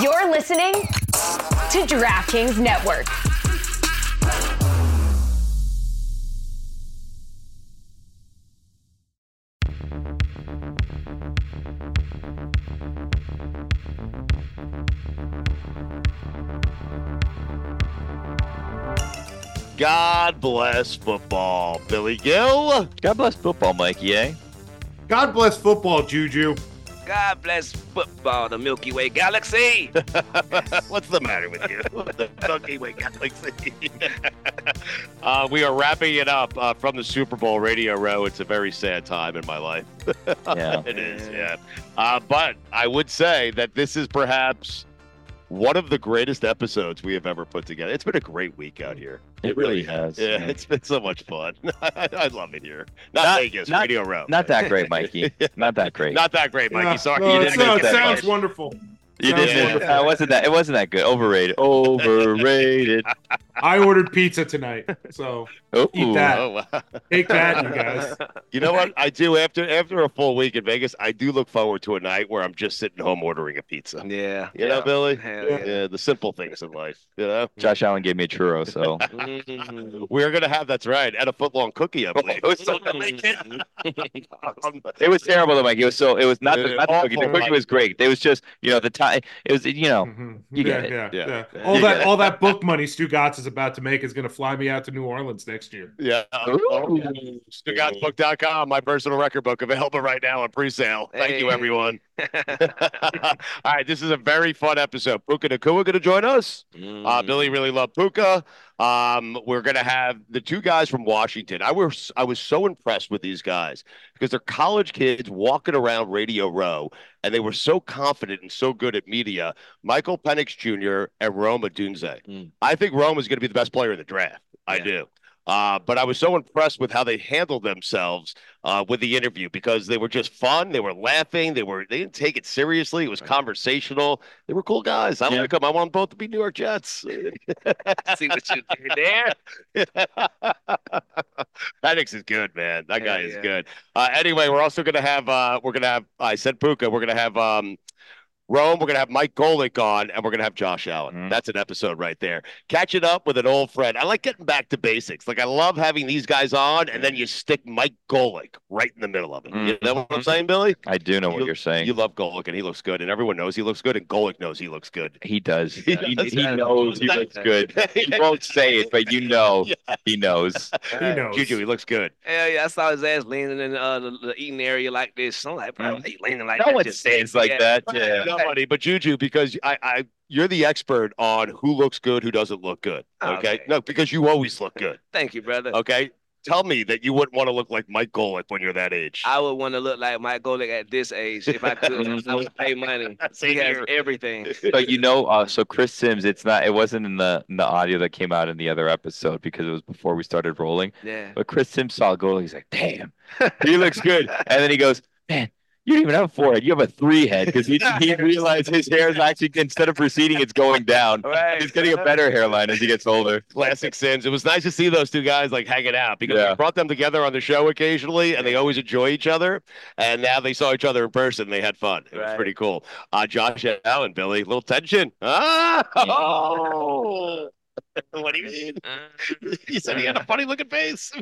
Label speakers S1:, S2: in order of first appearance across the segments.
S1: You're listening to DraftKings Network.
S2: God bless football, Billy Gill.
S3: God bless football, Mikey. Eh?
S4: God bless football, Juju.
S5: God bless football, the Milky Way galaxy.
S2: What's the matter with you? the Milky Way Galaxy. uh, we are wrapping it up uh, from the Super Bowl Radio Row. It's a very sad time in my life.
S3: Yeah.
S2: it is, yeah. Uh, but I would say that this is perhaps one of the greatest episodes we have ever put together. It's been a great week out here.
S3: It really has,
S2: Yeah,
S3: yeah.
S2: it's been so much fun. I, I love it here. Not,
S3: Not-
S2: Vegas,
S3: not-
S2: Radio Row.
S3: Not that great, Mikey. Not that great.
S2: Not that great, Mikey.
S4: Yeah.
S2: Sorry,
S4: No,
S3: you
S4: it
S3: didn't
S4: sounds-
S3: make that
S4: sounds
S3: much.
S4: wonderful.
S3: you
S4: sounds
S3: didn't.
S4: wonderful.
S3: That wasn't that. It wasn't that good. Overrated. Overrated.
S4: I ordered pizza tonight, so
S3: Ooh.
S4: Eat that.
S2: Oh, wow.
S4: take that, you guys.
S2: You know what I do after after a full week in Vegas? I do look forward to a night where I'm just sitting home ordering a pizza. You
S5: yeah.
S2: know, Billy?
S5: Hell
S2: Yeah.
S5: yeah.
S2: the simple things in life. You know,
S3: Josh Allen gave me a churro, so
S5: Mhm.
S2: we are gonna have that's right and a footlong cookie. I believe.
S5: Oh,
S3: it was Oh, so It was terrible though, Mikey. It was so. It was not the, not the cookie. The
S2: Awful.
S3: cookie was great. It was just you know the time. It was you know
S4: Mhm.
S3: You
S4: yeah,
S3: get it.
S4: yeah,
S2: Yeah.
S4: yeah,
S2: Yeah.
S4: All
S3: You get
S4: that,
S3: it.
S4: all that book money Stu Gotts is about to make is going to fly me out to New Orleans next year.
S2: Yeah. StuGotsBook.com, my personal record book available right now on pre-sale. Thank you,
S5: Hey.
S2: everyone. All right, this is a very fun episode. Puka Nakua going to join us. Uh, Billy really loved Puka. Um, we're gonna have the two guys from Washington. I was I was so impressed with these guys because they're college kids walking around Radio Row, and they were so confident and so good at media. Michael Penix Jr. and Roma Dunze.
S3: Mm.
S2: I think Roma's gonna be the best player in the draft. I
S5: Yeah.
S2: do. Uh, but I was so impressed with how they handled themselves uh, with the interview because they were just fun. They were laughing. They were they didn't take it seriously. It was conversational. They were cool guys. I
S3: Yeah.
S2: like them. I want them both to be New York Jets.
S5: See what you did there?
S2: Penix is good, man. That guy
S5: Yeah,
S2: is
S5: yeah.
S2: good. Uh, anyway, we're also gonna have uh, we're gonna have I said Puka. We're gonna have um, Rome. We're gonna have Mike Golick on, and we're gonna have Josh Allen.
S3: Mhm.
S2: That's an episode right there. Catching up with an old friend. I like getting back to basics. Like I love having these guys on, and then you stick Mike Golick right in the middle of it. You know what I'm
S3: Mhm.
S2: saying, Billy?
S3: I do know what
S2: You-
S3: you're saying.
S2: You love Golick, and he looks good, and everyone knows he looks good, and Golick knows he looks good.
S3: he does.
S2: He
S3: He,
S2: does.
S3: he knows he looks good. He won't say it, but you know he knows.
S4: He knows.
S2: Juju, he looks good.
S5: Hell yeah, I saw his ass leaning in uh, the, the eating area like this. I'm like, bro,
S3: Mhm.
S2: Mm-hmm.
S5: he leaning like
S3: No
S5: that.
S3: one
S5: just-
S3: stands like
S5: yeah.
S3: that.
S2: Yeah.
S3: Yeah.
S2: Nobody, but Juju, because I, I, you're the expert on who looks good, who doesn't look good. Okay?
S5: Oh, Okay.
S2: No, because you always look good.
S5: Thank you, brother.
S2: Okay. Tell me that you wouldn't want to look like Mike Golick when you're that age.
S5: I would want to look like Mike Golick at this age if I could. I would pay money.
S2: Same
S5: He has
S2: here.
S5: everything.
S3: But you know, uh, so Chris Sims, it's not. It wasn't in the in the audio that came out in the other episode because it was before we started rolling.
S5: Yeah.
S3: But Chris Sims saw a goal. He's like, "Damn, he looks good." And then he goes, "Man, you don't even have a forehead. You have a three head." Because he, he realized his hair is actually instead of receding, it's going down.
S5: Right.
S3: He's getting a better hairline as he gets older.
S2: Classic Sims. It was nice to see those two guys like hanging out because
S3: Yeah.
S2: we brought them together on the show occasionally, and they always enjoy each other. And now they saw each other in person. and They had fun. It was
S5: Right.
S2: pretty cool. Uh, Josh and Allen, Billy, little tension. Ah, oh. what do you mean?
S5: Uh.
S2: He said he had a funny looking face.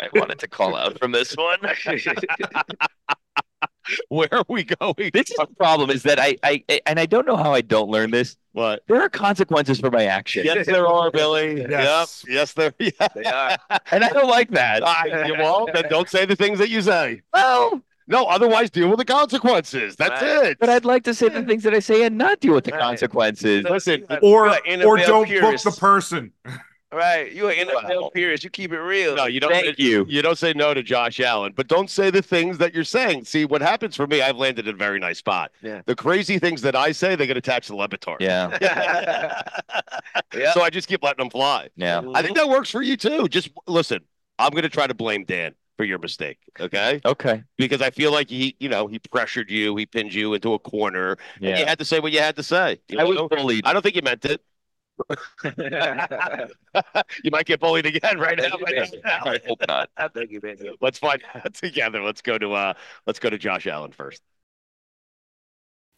S3: I wanted to call out from this one.
S2: Where are we going?
S3: This is the problem is that I, I I- and I don't know how I don't learn this.
S2: What?
S3: There are consequences for my action,
S2: Yes, there are, Billy.
S4: Yes.
S2: Yep. Yes, there. Yeah.
S5: They are.
S3: and I don't like that.
S2: I, well, then don't say the things that you say. Well, no, otherwise deal with the consequences. That's
S5: Right.
S2: it.
S3: But I'd like to say the things that I say and not deal with the
S5: Right.
S3: consequences.
S2: Listen,
S4: Or
S5: Like
S4: or
S5: NFL
S4: don't
S5: purist.
S4: book the person.
S5: Right. You an NFL
S2: Wow.
S5: purist. You keep it real.
S2: no, you don't.
S3: Thank you.
S2: You don't say no to Josh Allen, but don't say the things that you're saying. See, what happens for me, I've landed in a very nice spot.
S5: Yeah.
S2: The crazy things that I say, they get attached to the lebatard.
S3: Yeah,
S5: Yeah.
S2: So I just keep letting them fly.
S3: yeah.
S2: I think that works for you too. Just listen, I'm going to try to blame Dan for your mistake. Okay.
S3: Okay.
S2: Because I feel like he, you know, he pressured you, he pinned you into a corner. And you
S3: Yeah.
S2: had to say what you had to say. you
S3: I was
S2: know?
S3: bullied.
S2: I don't think you meant it.
S5: I
S2: you might get bullied again right now.
S3: I hope not.
S5: think you better.
S2: Let's find out together. Let's go to uh let's go to Josh Allen first.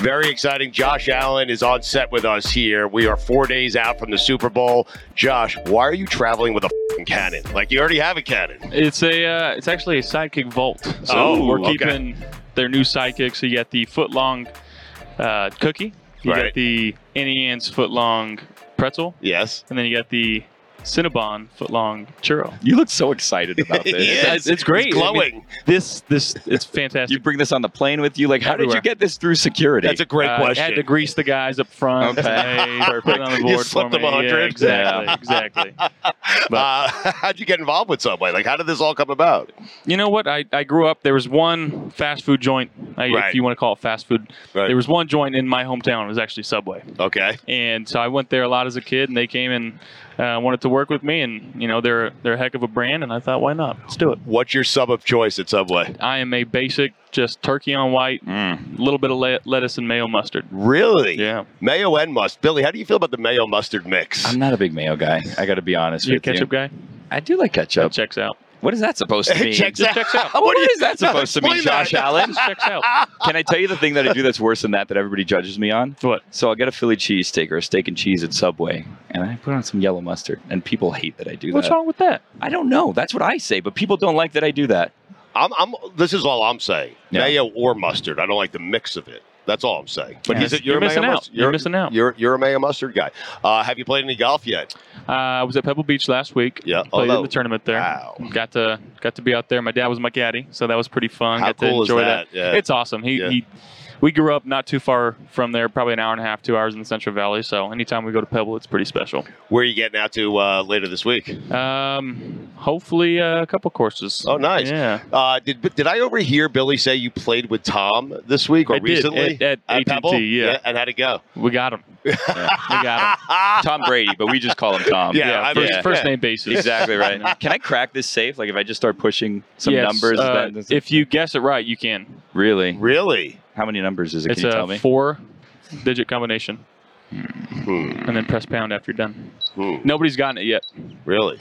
S2: Very exciting. Josh Allen is on set with us here. We are four days out from the Super Bowl. Josh, why are you traveling with a fing cannon? Like you already have a cannon.
S6: It's a uh, it's actually a sidekick vault. So
S2: Oh,
S6: we're
S2: okay.
S6: keeping their new sidekick. So you got the foot long uh, cookie, you
S2: Right.
S6: got the Any Ants foot long pretzel,
S2: Yes.
S6: and then you got the Cinnabon foot long churro.
S3: You look so excited about this.
S6: it's- it's great. I mean-
S2: glowing.
S6: This this it's fantastic.
S3: You bring this on the plane with you. Like, how did
S6: Everywhere.
S3: you get this through security?
S2: That's a great
S6: Uh,
S2: question.
S6: Had to grease the guys up front.
S3: Okay.
S6: They put it on the
S2: You
S6: board
S2: slipped
S6: for
S2: them a
S6: me. Yeah,
S2: hundred.
S6: exactly, exactly.
S2: uh, how'd you get involved with Subway? Like, how did this all come about?
S6: You know what? I, I grew up. There was one fast food joint, I,
S2: Right.
S6: if you want to call it fast food.
S2: Right.
S6: There was one joint in my hometown. It was actually Subway.
S2: Okay.
S6: and so I went there a lot as a kid, and they came and uh, wanted to work with me, and you know they're they're a heck of a brand, and I thought why not? Let's do it.
S2: What's your sub of choice at Subway?
S6: I am a basic, just turkey on white,
S3: Mm.
S6: a little bit of le- lettuce and mayo mustard.
S2: Really?
S6: Yeah,
S2: Mayo and mustard. Billy, how do you feel about the mayo mustard mix?
S3: Oh, I'm not a big mayo guy. I got to be honest
S6: you a
S3: with
S6: ketchup
S3: you.
S6: guy?
S3: I do like
S6: That
S3: ketchup.
S6: checks out.
S3: What is that supposed to mean?
S2: Checks out.
S6: checks out.
S2: What
S3: What
S2: do you-
S3: is that supposed to mean,
S2: Explain that.
S3: Josh Allen?
S6: This checks out.
S3: Can I tell you the thing that I do that's worse than that that everybody judges me on?
S6: What?
S3: So I'll get a Philly cheesesteak or a steak and cheese at Subway, and I put on some yellow mustard, and people hate that I do
S6: What's
S3: that.
S6: wrong with that?
S3: I don't know. That's what I say, but people don't like that I do that.
S2: I'm, I'm, this is all I'm saying.
S3: Yeah.
S2: Mayo or mustard. I don't like the mix of it. That's all I'm saying. But
S6: Yeah.
S2: is it
S6: You're
S2: a mayo
S6: missing out.
S2: mustard-
S6: You're missing out.
S2: You're you're a mayo mustard guy. Uh, have you played any golf yet?
S6: Uh, I was at Pebble Beach last week.
S2: Yeah.
S6: Played
S2: Hello.
S6: in the tournament there.
S2: Wow.
S6: Got to got to be out there. My dad was my caddy, so that was pretty fun.
S2: How
S6: got to
S2: cool is
S6: enjoy
S2: that? Yeah.
S6: It's awesome. He,
S2: Yeah.
S6: he we grew up not too far from there, probably an hour and a half, two hours in the Central Valley. So anytime we go to Pebble, it's pretty special.
S2: Where are you getting out to uh, later this week?
S6: Um, hopefully uh, a couple courses.
S2: Oh, nice.
S6: Yeah.
S2: Uh, did did I overhear Billy say you played with Tom this week or
S6: I did,
S2: recently
S6: at, at,
S2: At
S6: AT&T.
S2: Pebble?
S6: Yeah.
S2: and how'd it go?
S6: we got him. We got him.
S3: Tom Brady, but we just call him Tom.
S2: Yeah, I
S6: first,
S2: mean-
S6: first
S2: yeah.
S6: name basis.
S3: Exactly
S6: You know?
S3: right. Can I crack this safe? Like if I just start pushing some
S6: Yes,
S3: numbers,
S6: uh,
S3: then
S6: if you guess it right, you can.
S3: really,
S2: really?
S3: how many numbers is it?
S6: it's
S3: Can you
S6: a
S3: tell me?
S6: four-digit combination,
S2: Hmm,
S6: and then press pound after you're done.
S2: hmm,
S6: Nobody's gotten it yet.
S2: really?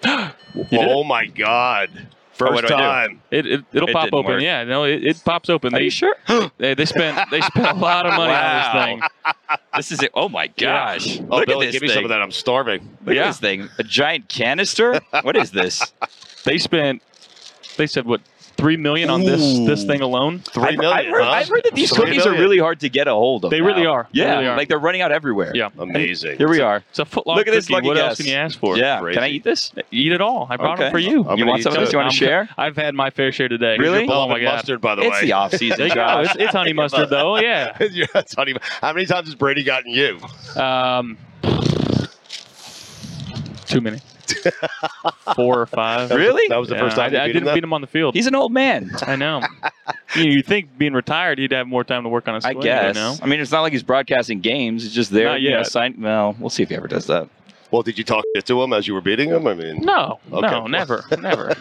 S6: did
S2: oh my God!
S3: Oh,
S2: First
S3: what do I do?
S2: time.
S6: It, it it'll
S3: It
S6: pop
S3: didn't
S6: open.
S3: work.
S6: Yeah, no, it, it pops open.
S3: Are
S6: they,
S3: you sure?
S6: they they spent they spent a lot of money
S3: Wow.
S6: on this thing.
S3: This is it. Oh my gosh!
S2: Oh,
S3: Look
S2: Billy,
S3: at this thing.
S2: give me some of that. I'm starving.
S3: Look
S6: Yeah.
S3: at this thing. A giant canister. What is this?
S6: They spent they said what three million on this
S3: Ooh.
S6: this thing alone.
S2: Three
S3: I've, I've
S2: million,
S3: heard,
S2: huh?
S3: I've heard that these
S2: Three
S3: cookies
S2: million.
S3: are really hard to get a hold of.
S6: They really
S3: now.
S6: are. They
S3: Yeah,
S6: really are.
S3: like they're running out everywhere.
S6: Yeah,
S2: Amazing.
S3: Here we are.
S6: it's a foot long
S3: Look at this
S6: cookie.
S3: lucky
S6: what
S3: guess.
S6: else can you ask for?
S3: yeah.
S2: Crazy.
S3: Can I eat this?
S6: eat it all. I brought
S3: Okay.
S6: them for you.
S2: I'm
S3: you
S2: gonna
S3: want
S2: eat
S3: some of
S2: too.
S3: this? You want
S6: I'm-
S3: to share?
S6: I've had my fair share today.
S3: Really?
S6: Oh my
S2: Beloved
S6: god.
S2: mustard, by the
S3: It's
S2: way.
S3: the off
S6: There
S3: season,
S6: you go.
S3: Josh.
S6: It's, it's honey mustard though. Yeah.
S2: You're not talking about- How many times has Brady gotten you?
S6: Um, too many. Four or five.
S3: Really?
S2: That was the
S6: uh, Yeah,
S2: first time
S6: I,
S2: you
S6: I
S2: beat him
S6: didn't
S2: that?
S6: beat him on the field.
S3: He's an old man.
S6: I know. you you think being retired, he'd have more time to work on his
S3: I
S6: swing.
S3: guess.
S6: You know?
S3: I mean, it's not like he's broadcasting games. It's just there.
S6: Not
S3: You know,
S6: yet.
S3: sign- well, we'll see if he ever does that.
S2: Well, did you talk shit to him as you were beating him? I mean,
S6: No,
S2: Okay.
S6: no, never, never.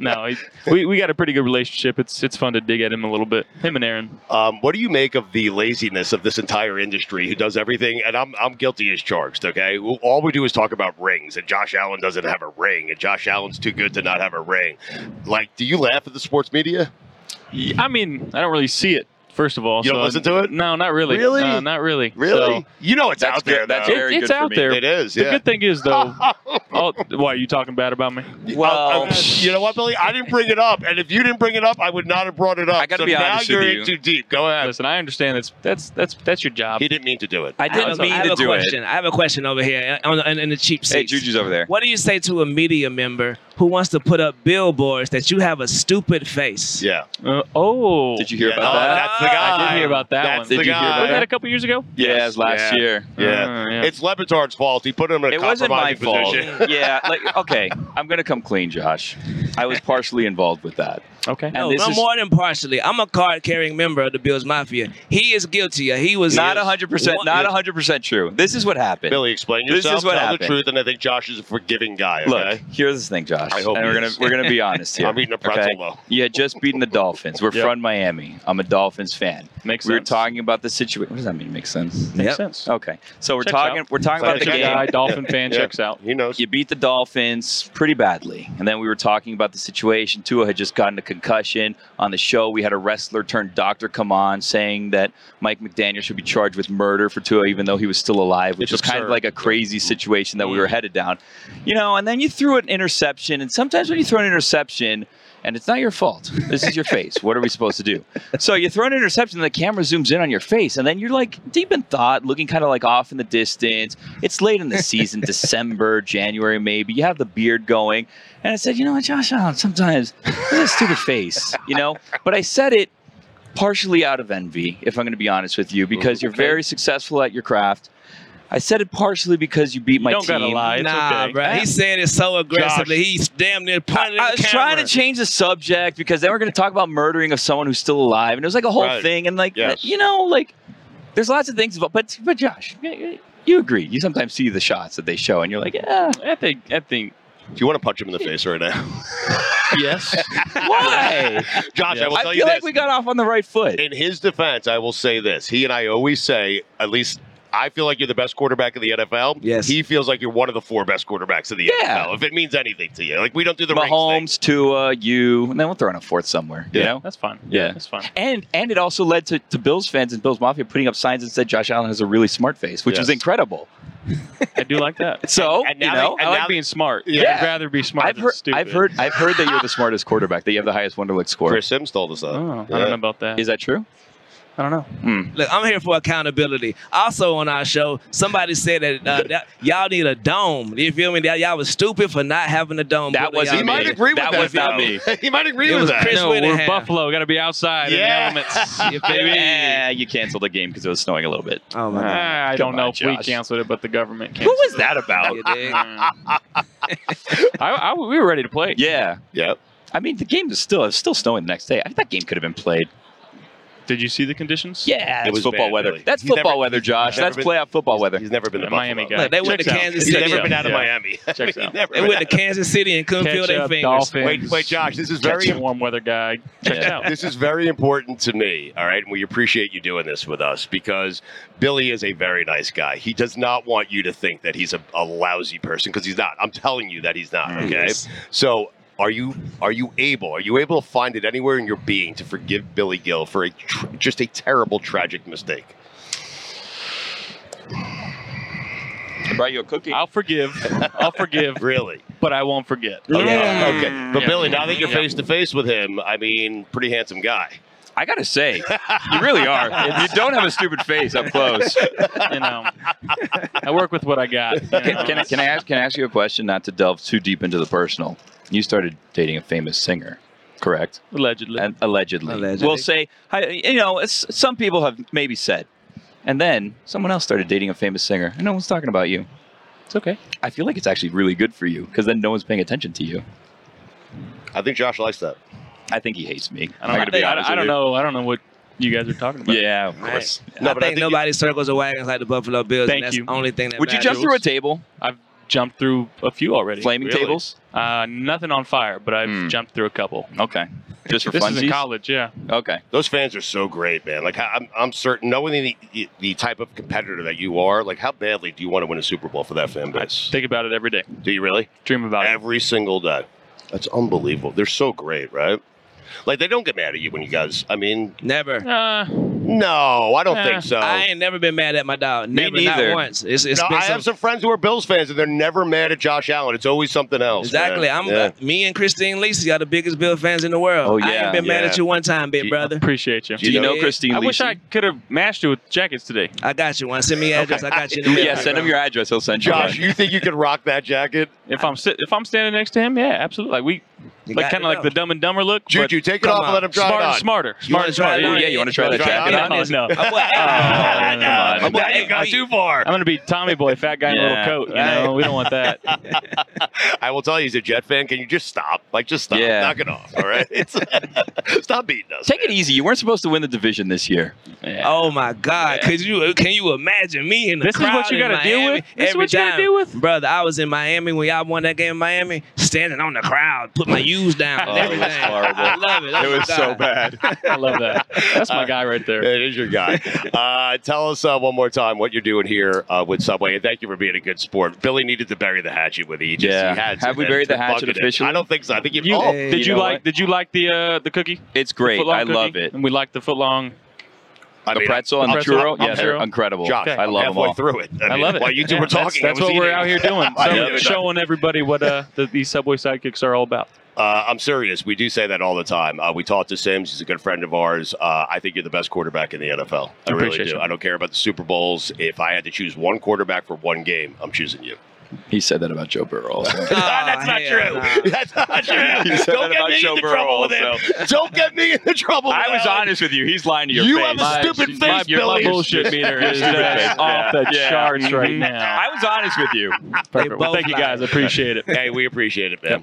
S6: no, he- we, we got a pretty good relationship. It's it's fun to dig at him a little bit. Him and Aaron.
S2: um, what do you make of the laziness of this entire industry who does everything? And I'm, I'm guilty as charged, okay? Well, All we do is talk about rings, and Josh Allen doesn't have a ring, and Josh Allen's too good to not have a ring. Like, do you laugh at the sports media?
S6: I mean, I don't really see it First of all,
S2: You
S6: so
S2: don't listen to it?
S6: No, not really.
S2: Really?
S6: Uh, not really.
S2: Really?
S6: So,
S2: you know it's
S3: That's
S2: out there.
S3: good. That's
S2: though.
S6: it-
S3: Very
S6: it's
S3: good for
S6: out
S3: me.
S6: there.
S2: It is.
S6: The
S2: Yeah.
S6: good thing is though, all, why are you talking bad about me?
S2: Well,
S3: Well-
S2: you know what, Billy? I didn't bring it up, and if you didn't bring it up, I would not have brought it up.
S3: I gotta
S2: so
S3: be
S2: now
S3: honest
S2: you're
S3: with
S2: in
S3: you.
S2: too deep. Go ahead.
S6: Listen, I understand that's that's that's that's your job.
S2: He didn't mean to do it.
S3: I
S5: I
S3: didn't
S5: have a-
S3: mean
S5: I have
S3: to
S5: a
S3: do
S5: question.
S3: it.
S5: I have a question over here uh, on, on, in the cheap
S3: Hey,
S5: seats.
S3: Juju's over there.
S5: What do you say to a media member who wants to put up billboards that you have a stupid face?
S2: Yeah.
S6: Uh, oh,
S3: Did you hear
S2: Yeah,
S3: about
S2: no,
S3: that?
S2: That's the guy.
S6: I did hear about that
S2: That's
S6: one.
S2: the
S3: Did you hear
S2: guy.
S3: about
S6: Wasn't that a couple years ago?
S3: Yeah, it was last
S2: Yeah.
S3: year.
S2: Yeah.
S6: Uh, yeah.
S2: It's Levitard's fault. He put him in a
S3: It wasn't my
S2: compromising
S3: fault.
S2: position.
S3: yeah, like okay, I'm gonna come clean, Josh. I was partially involved with that.
S6: Okay.
S3: And
S5: No,
S3: this
S5: no
S3: is-
S5: more than partially. I'm a card-carrying member of the Bills Mafia. He is guilty. He was
S3: Not
S5: he is
S3: 100, percent
S5: one-
S3: not 100 percent true. This is what happened.
S2: Billy, explain
S3: This
S2: yourself.
S3: is what
S2: tell the
S3: happened.
S2: truth, and I think Josh is a forgiving guy.
S3: Look,
S2: Okay?
S3: here's the thing, Josh.
S2: I hope
S3: and
S2: he
S3: we're gonna
S2: is.
S3: we're gonna be honest here.
S2: I'm eating a pretzel
S3: okay?
S2: though.
S3: You had just beaten the Dolphins. We're
S2: Yep.
S3: from Miami. I'm a Dolphins fan.
S6: Makes
S3: we were
S6: sense.
S3: talking about the situation. What does that mean? Makes sense.
S6: Makes
S5: Yep.
S6: sense.
S3: Okay, so we're
S6: Checks
S3: talking
S6: out.
S3: we're talking about the
S2: Checks
S3: game.
S2: out.
S6: guy, Dolphin fan
S2: Yeah.
S6: checks out.
S2: He knows.
S3: You beat the Dolphins pretty badly. And then we were talking about the situation. Tua had just gotten a concussion. On the show, we had a wrestler turned doctor come on saying that Mike McDaniel should be charged with murder for Tua, even though he was still alive, which was
S2: It's
S3: kind of
S2: absurd.
S3: like a crazy situation that we were headed down. You know, and then you threw an interception. And sometimes when you throw an interception, and it's not your fault. This is your face. What are we supposed to do? So you throw an interception, and the camera zooms in on your face, and then you're like deep in thought, looking kind of like off in the distance. It's late in the season, December, January, maybe. You have the beard going, and I said, you know what, Josh Allen, sometimes this is a stupid face, you know. But I said it partially out of envy, if I'm going to be honest with you, because you're very successful at your craft. I said it partially because you beat my
S6: don't
S3: team.
S6: gotta lie. It's
S5: nah,
S6: okay.
S5: bro. He said it so aggressively. He's damn near pointed
S3: I
S5: at
S3: was
S5: the
S3: trying to
S5: camera.
S3: change the subject because then we're going to talk about murdering of someone who's still alive, and it was like a whole
S2: Right.
S3: thing. And like,
S2: Yes.
S3: you know, like there's lots of things. About, but but Josh, you agree. You sometimes see the shots that they show, and you're like, yeah,
S6: I think I think
S2: Do you want to punch him in the face right now?
S6: yes.
S3: why?
S2: Josh,
S6: Yeah.
S2: I will
S3: I
S2: tell you
S3: feel
S2: this.
S3: like we got off on the right foot.
S2: In his defense, I will say this. He and I always say, at least I feel like you're the best quarterback in the NFL.
S5: Yes.
S2: He feels like you're one of the four best quarterbacks in the
S3: Yeah.
S2: NFL, if it means anything to you. Like, we don't do the rings
S3: Mahomes, Tua, you, and then we'll throw in a fourth somewhere. You
S2: Yeah.
S3: know.
S6: That's fine.
S3: Yeah.
S6: That's fine.
S3: And and it also led to, to Bills fans and Bills Mafia putting up signs that said Josh Allen has a really smart face, which was
S2: Yes.
S3: incredible.
S6: I do like that.
S3: So
S2: and
S3: you
S2: now they-
S3: know,
S2: and
S6: I like
S2: now-
S6: being smart.
S2: Yeah.
S6: I'd rather be smart
S3: I've
S6: than
S3: heard
S6: stupid.
S3: I've heard I've heard that you're the smartest quarterback, that you have the highest Wonderlick
S2: thing.
S3: score.
S2: Chris Sims told us that.
S6: Oh, I
S2: Yeah.
S6: don't know about that.
S3: Is that true? Hmm.
S6: I don't know.
S5: Look, I'm here for accountability. Also on our show, somebody said that, uh, that y'all need a dome. You feel me? That y'all was stupid for not having a dome.
S3: That
S5: Billy,
S3: wasn't
S5: y'all
S2: He
S3: I
S2: might
S5: need
S3: mean,
S5: it.
S2: agree with that.
S3: that was not
S2: though. he might agree
S5: It
S2: with
S5: was
S2: that.
S5: Chris
S6: no, we're
S5: Whittingham.
S6: Buffalo. Got to be outside
S2: Yeah.
S6: in the elements.
S5: You feel me?
S3: Eh, you canceled the game because it was snowing a little bit.
S5: Oh my god.
S6: Ah, I
S3: Come
S6: don't know
S3: on,
S6: if we
S3: Josh.
S6: canceled it, but the government
S3: Who
S6: canceled.
S3: was that about?
S5: You dig?
S6: I, I, we were ready to play.
S3: yeah.
S2: Yep.
S3: I mean, the game is still it's still snowing the next day. I think that game could have been played.
S6: Did you see the conditions?
S3: Yeah,
S2: It
S3: that's
S2: was
S3: football
S2: bad,
S3: weather.
S2: really.
S3: That's
S2: He's
S3: football
S2: never-
S3: weather, Josh.
S2: never
S3: That's
S2: been-
S3: playoff football weather.
S2: He's never been to
S6: The Miami
S2: Buffalo.
S6: guy.
S5: Look, they went
S6: Checks
S5: to
S6: out.
S5: Kansas
S2: He's
S5: City.
S2: never been out of
S6: Yeah.
S2: Miami.
S6: Checks
S2: He's
S6: out.
S2: never
S5: They
S2: been
S5: went
S2: out
S5: to Kansas City and couldn't feel
S6: Catch
S5: their
S6: up,
S5: fingers.
S6: Dolphins.
S2: Wait, wait, Josh. This is very
S6: Catch a warm weather guy. uh, Check
S3: Yeah.
S6: out.
S2: this is very important to me. All right. And we appreciate you doing this with us because Billy is a very nice guy. He does not want you to think that he's a, a lousy person because he's not. I'm telling you that he's
S3: Mm.
S2: not. Okay. So are you are you able are you able to find it anywhere in your being to forgive Billy Gill for a tr- just a terrible tragic mistake?
S3: I brought you a cookie.
S6: I'll forgive. I'll forgive,
S2: Really?
S6: but I won't forget.
S2: Okay.
S3: Yeah.
S2: Oh, okay. But
S6: Yeah.
S2: Billy, now that you're
S6: Yeah.
S2: face to face with him, I mean, pretty handsome guy.
S3: I gotta say, you really are. you don't have a stupid face up close.
S6: You know, I work with what I got. you know.
S3: Can, can I, can I ask can I ask you a question? Not to delve too deep into the personal. You started dating a famous singer, correct?
S6: Allegedly.
S3: And allegedly.
S5: Allegedly.
S3: We'll say, I, you know, it's, some people have maybe said, and then someone else started dating a famous singer, and no one's talking about you.
S6: it's okay.
S3: I feel like it's actually really good for you because then no one's paying attention to you.
S2: I think Josh likes that.
S3: I think he hates me.
S6: I don't,
S3: I'm
S6: I
S3: gonna be
S6: I,
S3: honest
S6: I don't
S3: with
S6: know. I don't know what you guys are talking about.
S3: you. Yeah, of course.
S5: I think nobody circles the wagons like the Buffalo Bills.
S6: Thank
S5: and that's
S6: you.
S5: the only thing that
S3: Would you
S5: matters.
S3: jump through a table?
S6: I've jumped through a few already.
S3: Flaming
S2: Really?
S3: tables?
S6: Uh, nothing on fire, but I've
S3: Hmm.
S6: jumped through a couple.
S3: Okay. Just for
S6: This is in
S3: funsies?
S6: college, yeah.
S3: Okay.
S2: Those fans are so great, man. Like I'm, I'm certain, knowing the- the the type of competitor that you are, like how badly do you want to win a Super Bowl for that fan base?
S6: Think about it every day.
S2: do you really?
S6: Dream about it.
S2: Every single day. That's unbelievable. They're so great, right? Like they don't get mad at you when you guys. I mean,
S5: Never.
S6: Uh,
S2: no, I don't
S6: Nah.
S2: think so.
S5: I ain't never been mad at my dog.
S3: Me
S5: Never,
S3: neither.
S5: Not once. It's, it's
S2: No,
S5: been
S2: I
S5: some-
S2: have some friends who are Bills fans, and they're never mad at Josh Allen. It's always something else.
S5: Exactly.
S2: man.
S5: I'm
S2: Yeah.
S5: me and Christine Lisi are the biggest Bill fans in the world.
S3: Oh,
S5: I
S3: yeah.
S5: ain't been mad
S2: Yeah.
S5: at you one time, big
S3: Gee,
S5: brother.
S6: appreciate you.
S3: Do you know
S5: Yeah.
S3: Christine?
S6: I wish
S3: Lisi?
S6: I could have matched you with jackets today.
S5: I got you one. Send me your address. I got you in the mail.
S3: Yeah, send him your address. He'll send you.
S2: Josh,
S3: one.
S2: you think you could rock that jacket?
S6: If I'm sit, if I'm standing next to him, yeah, absolutely. Like we,
S5: You
S6: like
S5: got
S6: kind
S5: it
S6: of like
S5: up.
S6: the Dumb and Dumber look. but
S2: Juju, take it
S5: come
S2: off and
S5: on.
S2: let him try
S6: smarter,
S2: it on.
S6: smarter,
S5: You wanna try
S6: smarter,
S5: it
S6: smarter.
S5: on?
S3: Ooh, yeah, you want to try that
S2: Try it
S3: jacket on?
S2: on?
S6: Oh, no.
S5: I'm like,
S3: Oh, come on.
S5: I'm like,
S2: You've gone
S5: we-
S2: too far.
S6: I'm gonna be Tommy Boy, fat guy in a
S3: Yeah,
S6: little coat. You know, we don't want that.
S2: I will tell you, he's a Jet fan. Can you just stop? Like, just stop.
S3: Yeah.
S2: Knock it off. All right. stop beating us.
S3: Take it
S2: man.
S3: easy. You weren't supposed to win the division this year. Yeah.
S5: Oh my God!
S3: Yeah.
S5: Could you? Can you imagine me in the
S6: This is what
S5: crowd
S6: you
S5: in
S6: gotta deal
S5: Miami
S6: with? This is
S5: every
S6: what you gotta
S5: time?
S6: deal with?
S5: brother. I was in Miami when y'all won that game in Miami, standing on the crowd, put my U's down.
S3: Oh,
S5: and
S3: it was
S5: everything.
S3: horrible.
S5: I love it. Oh,
S2: It
S5: my
S2: was so
S5: God.
S2: bad.
S6: I love that. That's my guy right there.
S2: Uh, It is your guy. Uh, tell us uh, one more time what you're doing here uh, with Subway, and thank you for being a good sport. Billy needed to bury the hatchet with Aegis.
S3: Yeah.
S2: He had to,
S3: Have we
S2: man.
S3: buried the
S2: Just
S3: hatchet
S2: bucketed it.
S3: officially?
S2: I don't think so. I think you.
S6: You,
S2: oh,
S5: Hey,
S6: did
S3: you
S6: you,
S3: know
S6: like?
S3: what?
S6: Did you like the uh, the cookie?
S3: It's great.
S6: Footlong
S3: I
S6: cookie?
S3: love it.
S6: And we like the footlong.
S2: I
S3: The
S2: mean,
S3: pretzel and the
S6: pretzel,
S3: churro,
S6: I'm
S3: yeah, they're
S6: sure.
S3: incredible.
S2: Josh,
S3: I love them
S2: halfway
S3: all.
S2: through it.
S6: I
S2: mean,
S6: love it.
S2: While you two
S6: Yeah,
S2: were
S6: that's-
S2: talking, I
S6: That's,
S2: was
S6: what we're
S2: eating.
S6: out here doing.
S2: I
S6: So,
S2: know.
S6: showing everybody what uh, the, these Subway sidekicks are all about.
S2: Uh, I'm serious. We do say that all the time. Uh, we talk to Sims. He's a good friend of ours. Uh, I think you're the best quarterback in the NFL. I really
S6: Appreciate
S2: do.
S6: you.
S2: I don't care about the Super Bowls. If I had to choose one quarterback for one game, I'm choosing you. Ah,
S3: He said that about Joe Burrow. Also.
S5: Oh,
S2: That's not
S5: hell
S2: true.
S5: nah.
S2: That's not true.
S3: You said that
S2: Don't get
S3: about
S2: me
S3: Joe
S2: into
S3: Burrow
S2: trouble with him. Don't get me into trouble with
S3: I was
S2: him.
S3: honest with you. He's lying to your
S2: You
S3: face.
S2: have a stupid
S6: my,
S2: face,
S6: your- my
S2: Billy.
S6: bullshit meter is
S3: stupid
S6: just
S3: face.
S6: off the
S3: Yeah.
S6: charts right
S2: Mm-hmm.
S3: Mhm.
S6: now.
S3: I was honest with you.
S6: Perfect. Well,
S5: both
S6: thank you
S5: lie.
S6: guys. I appreciate it.
S2: Hey, we appreciate it, man.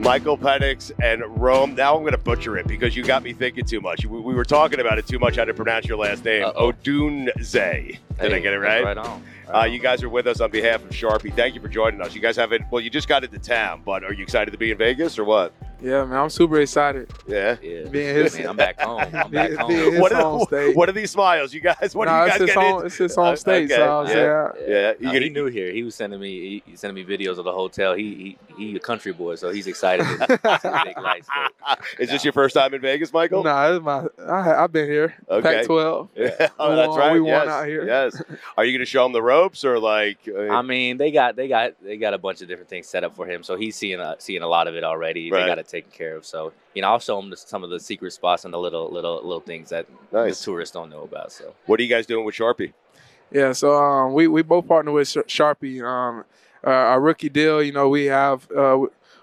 S2: Michael Penix and Rome. Now I'm going to butcher it because you got me thinking too much. We, we were talking about it too much. How to pronounce your last name?
S7: Uh-oh.
S2: Odunze. Did I
S7: Hey,
S2: get it
S7: that's
S2: right?
S7: Right on.
S2: Uh, you guys are with us on behalf of Sharpie. Thank you for joining us. You guys haven't, well, you just got into town, but are you excited to be in Vegas or what?
S8: Yeah, man, I'm super excited.
S2: Yeah.
S7: Yeah.
S8: Being his-
S7: Man, I'm back home. I'm back
S8: Being-
S7: home.
S8: being his-
S2: What are,
S8: home
S2: the,
S8: state.
S2: what are these smiles, you guys? What
S8: nah,
S2: are you
S8: it's
S2: guys
S8: his
S2: getting
S8: own,
S2: into?
S8: it's his
S2: Uh,
S8: home state,
S2: okay,
S8: so I was
S2: yeah.
S8: there.
S2: Yeah, you
S7: No,
S2: get
S7: he
S2: it.
S7: knew here. He was sending me. He, he sending me videos of the hotel. He he, he a country boy, so he's excited. to see big lights, but
S2: Is this your first time in Vegas, Michael?
S8: Nah, this is my, I, ha- I've been here.
S2: Okay.
S8: Pac-12.
S2: Yeah. oh,
S8: We
S2: that's
S8: won-
S2: right.
S8: we won
S2: yes.
S8: out here.
S2: Yes. Are you going to show him the ropes or like? uh,
S7: I mean, they got they got they got a bunch of different things set up for him, so he's seeing a, seeing a lot of it already.
S2: Right.
S7: They got it taken care of. So you know, I'll show him the, some of the secret spots and the little little little things that
S2: Nice.
S7: the tourists don't know about. So
S2: what are you guys doing with Sharpie?
S8: Yeah, so um, we we both partner with Shar- Sharpie. Um, uh, our rookie deal, you know, we have uh,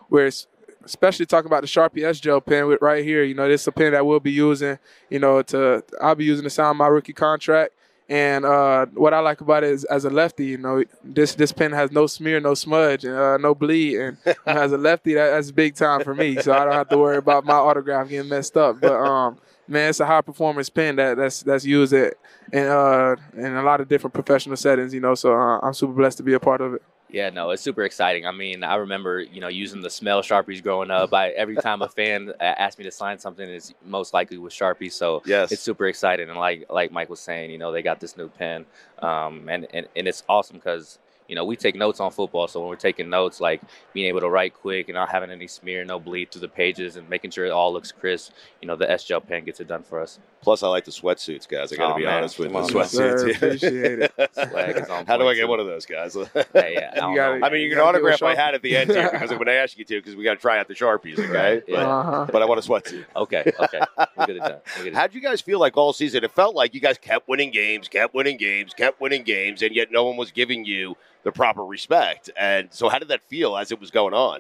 S8: we're s- especially talking about the Sharpie S Gel pen with right here. You know, this is a pen that we'll be using. You know, to I'll be using to sign my rookie contract. And uh, what I like about it is, as a lefty, you know, this this pen has no smear, no smudge, and uh, no bleed. And you know, as a lefty, that, that's big time for me. So I don't have to worry about my autograph getting messed up. But um, man, it's a high performance pen that that's that's used at and uh in a lot of different professional settings, you know. So uh, I'm super blessed to be a part of it.
S7: Yeah, no, it's super exciting. I mean, I remember, you know, using the smell Sharpies growing up. I every time a fan a- asked me to sign something, it's most likely with Sharpie. So
S2: Yes.
S7: it's super exciting. And like like Mike was saying, you know, they got this new pen, um, and and, and it's awesome because you know, we take notes on football. So when we're taking notes, like being able to write quick and not having any smear, no bleed through the pages and making sure it all looks crisp, you know, the S gel pen gets it done for us.
S9: Plus, I like the sweatsuits, guys. I got to
S7: Aw,
S9: be
S7: man.
S9: honest with you.
S7: Come on,
S9: The
S7: man.
S9: sweatsuits.
S7: Sir, appreciate it. Swag is on
S9: How do I
S7: point,
S9: get
S7: too.
S9: one of those, guys? yeah,
S7: yeah, I
S9: I,
S7: don't know.
S9: mean,
S7: You
S9: you can
S7: gotta do a
S9: autograph my
S7: Sharpie.
S9: hat at the end here because I'm going to ask you to because we got to try out the sharpies, okay? But,
S7: Uh-huh.
S9: but I want a sweatsuit.
S7: Okay, okay. We'll get it done. We'll get it done.
S2: How'd you guys feel like all season? It felt like you guys kept winning games, kept winning games, kept winning games, and yet no one was giving you the proper respect. And so, how did that feel as it was going on?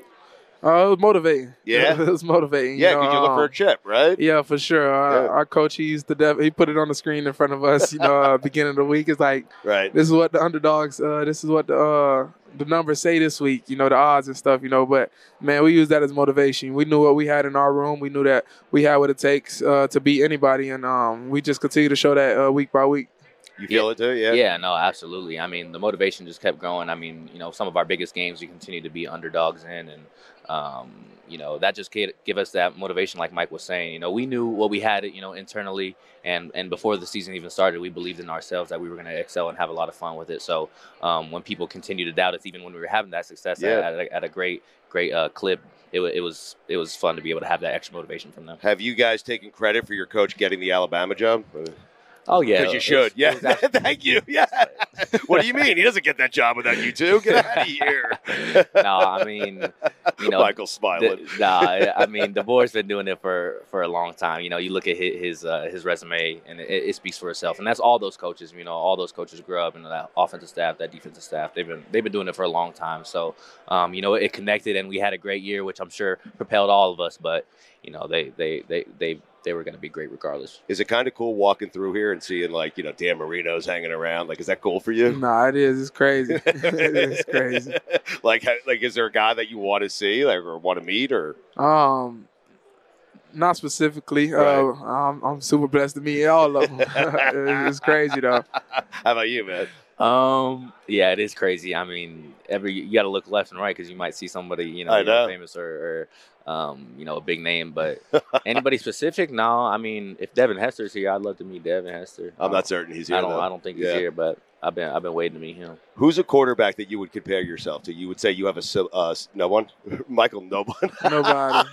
S8: Uh, it was motivating.
S2: Yeah?
S8: it was motivating.
S2: Yeah,
S8: you know,
S2: because you look for
S8: um,
S2: a chip, right?
S8: Yeah, for sure. Our,
S2: Yeah.
S8: our coach, he used the dev- he put it on the screen in front of us. You know, uh, beginning of the week It's like,
S9: right.
S8: This is what the underdogs. Uh, this is what the uh, the numbers say this week. You know, the odds and stuff. You know, but man, we use that as motivation. We knew what we had in our room. We knew that we had what it takes uh, to beat anybody, and um, we just continue to show that uh, week by week.
S9: You feel it too, yeah?
S7: Yeah, no, absolutely. I mean, the motivation just kept growing. I mean, you know, some of our biggest games we continue to be underdogs in, and um, you know that just gave, give us that motivation. Like Mike was saying, you know, we knew what we had, you know, internally, and and before the season even started, we believed in ourselves that we were going to excel and have a lot of fun with it. So um, when people continue to doubt us, even when we were having that success
S9: Yeah.
S7: at, at, a, at a great great uh, clip, it, wa- it was it was fun to be able to have that extra motivation from them.
S2: Have you guys taken credit for your coach getting the Alabama job?
S7: Oh yeah,
S2: because you
S7: it
S2: should.
S7: was- it
S2: Yeah,
S7: was actually-
S2: thank you. Yeah. what do you mean? He doesn't get that job without you two. Get out of here.
S7: no, I mean, you know,
S2: Michael's smiling.
S7: The, nah, I- I mean, DeBoer's been doing it for for a long time. You know, you look at his his, uh, his resume, and it, it speaks for itself. And that's all those coaches. You know, all those coaches grew up, and that offensive staff, that defensive staff, they've been they've been doing it for a long time. So, um, you know, it connected, and we had a great year, which I'm sure propelled all of us. But you know, they they they they they were going to be great regardless.
S2: Is it kind of cool walking through here and seeing like you know Dan Marino's hanging around? Like, is that cool for you?
S8: Nah, it is. It's crazy. it's crazy.
S2: like, ha- like is there a guy that you want to see, like, or want to meet, or
S8: Um, not specifically. Uh, I'm, I'm super blessed to meet all of them. it's crazy though.
S2: how about you, man?
S7: Um. Yeah, it is crazy. I mean, every you got to look left and right because you might see somebody you know,
S2: I
S7: you know,
S2: know.
S7: famous or, or um, you know, a big name. But anybody specific? No. I mean, if Devin Hester's here, I'd love to meet Devin Hester.
S2: I'm
S7: Uh,
S2: not certain he's here.
S7: I don't.
S2: though.
S7: I don't think he's
S2: Yeah.
S7: here, but I've been I've been waiting to meet him.
S2: Who's a quarterback that you would compare yourself to? You would say you have a sil- uh, s- no one, Michael, no one.
S8: Nobody.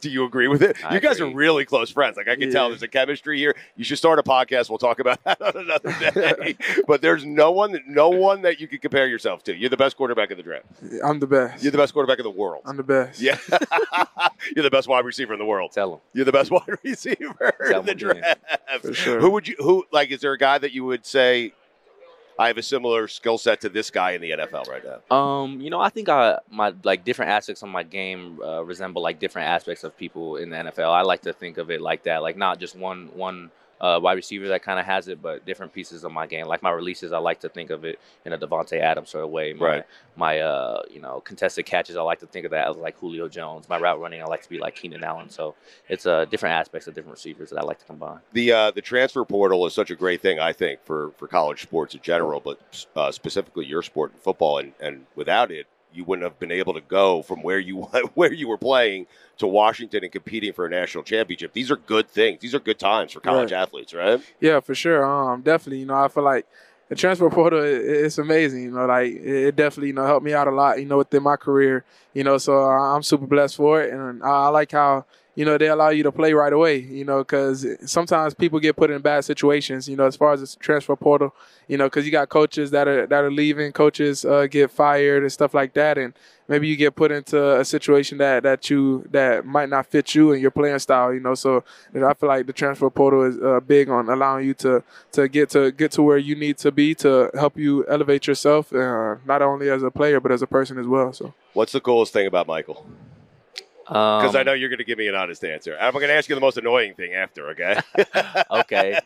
S2: Do you agree with it?
S7: I
S2: you guys
S7: agree.
S2: are really close friends. Like I can tell,
S8: Yeah.
S2: there's a chemistry here. You should start a podcast. We'll talk about that on another day. but there's no one, that, no one that you could compare yourself to. You're the best quarterback in the draft.
S8: I'm the best.
S2: You're the best quarterback in the world.
S8: I'm the best.
S2: Yeah, you're the best wide receiver in the world.
S7: Tell him.
S2: You're the best wide receiver
S7: Tell
S2: in the
S7: him again.
S2: draft.
S8: For sure.
S2: Who would you? Who like? Is there a guy that you would say? I have a similar skill set to this guy in the NFL right now.
S7: Um, you know, I think I my like different aspects of my game uh, resemble like different aspects of people in the NFL. I like to think of it like that, like not just one one uh, wide receiver that kind of has it, but different pieces of my game. Like my releases, I like to think of it in a Devonte Adams sort of way. My,
S2: Right.
S7: My uh, you know, contested catches, I like to think of that as like Julio Jones. My route running, I like to be like Keenan Allen. So it's uh different aspects of different receivers that I like to combine.
S2: the uh, the transfer portal is such a great thing, I think, for for college sports in general, but uh, specifically your sport and football. And, and without it, you wouldn't have been able to go from where you where you were playing to Washington and competing for a national championship. These are good things. These are good times for college
S8: Right.
S2: athletes, right?
S8: Yeah, for sure. Um, definitely. You know, I feel like the transfer portal. i- i it's amazing. You know, like it it definitely you know helped me out a lot. You know, within my career. You know, so I- I'm super blessed for it, and I I like how you know they allow you to play right away. You know, because sometimes people get put in bad situations. You know, as far as the transfer portal. You know, because you got coaches that are that are leaving, coaches uh, get fired and stuff like that, and maybe you get put into a situation that that you that might not fit you and your playing style. You know, so and I feel like the transfer portal is uh, big on allowing you to to get to get to where you need to be to help you elevate yourself, uh, not only as a player but as a person as well. So
S2: What's the coolest thing about Michael? Because I
S7: Um,
S2: know you're going to give me an honest answer. I'm going to ask you the most annoying thing after, okay?
S7: okay.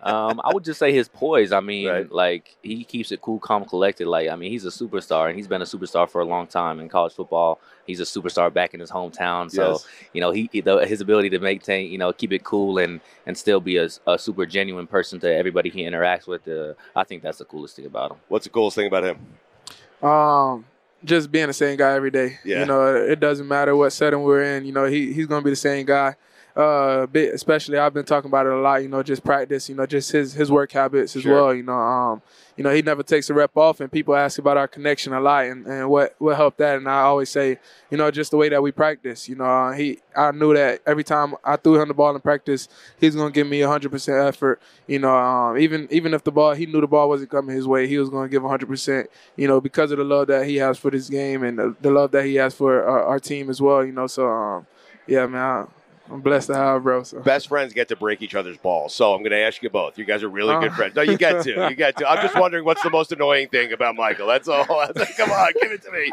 S7: Um, I would just say his poise. I mean,
S2: Right.
S7: like he keeps it cool, calm, collected. Like I mean, he's a superstar, and he's been a superstar for a long time in college football. He's a superstar back in his hometown. So
S2: Yes.
S7: you know, he he- the, his ability to maintain, you know, keep it cool and and still be a, a super genuine person to everybody he interacts with. Uh, I think that's the coolest thing about him.
S2: What's the coolest thing about him?
S8: Um, just being the same guy every day.
S2: Yeah.
S8: You know, it doesn't matter what setting we're in. You know, he he's gonna be the same guy. uh, bit, especially I've been talking about it a lot. You know, just practice. You know, just his his work habits as
S9: Sure.
S8: well. You know, um, you know he never takes a rep off, and people ask about our connection a lot and, and what what helped that. And I always say, you know, just the way that we practice. You know, uh, he I knew that every time I threw him the ball in practice, he's gonna give me 100 percent effort. You know, um, even even if the ball he knew the ball wasn't coming his way, he was gonna give 100 percent. You know, because of the love that he has for this game and the, the love that he has for our, our team as well. You know, so um, yeah, man. I, I'm blessed to have, bro. So.
S2: Best friends get to break each other's balls. So I'm going to ask you both. You guys are really good
S8: Oh.
S2: friends. No, you get to. You get to. I'm just wondering what's the most annoying thing about Michael. That's all. Come on, give it to me.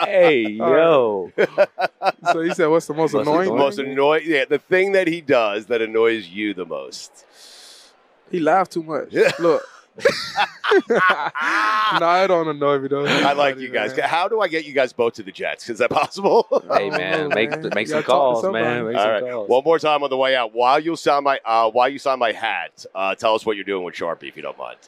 S3: hey, yo.
S8: so you said, what's the most
S2: What's
S8: annoying?
S2: The most
S8: thing?
S2: annoying. Yeah, the thing that he does that annoys you the most.
S8: He laughed too much. Look. no, I don't annoy me though.
S2: I like you guys. How do I get you guys both to the Jets? Is that possible?
S7: Hey, man, make-
S8: man.
S7: make
S8: You gotta talk
S7: some
S8: to
S7: calls,
S8: somebody.
S7: man. Make
S2: All
S7: some
S2: right.
S7: calls.
S2: One more time on the way out. While you sign my uh, while you sign my hat, uh, tell us what you're doing with Sharpie if you don't mind.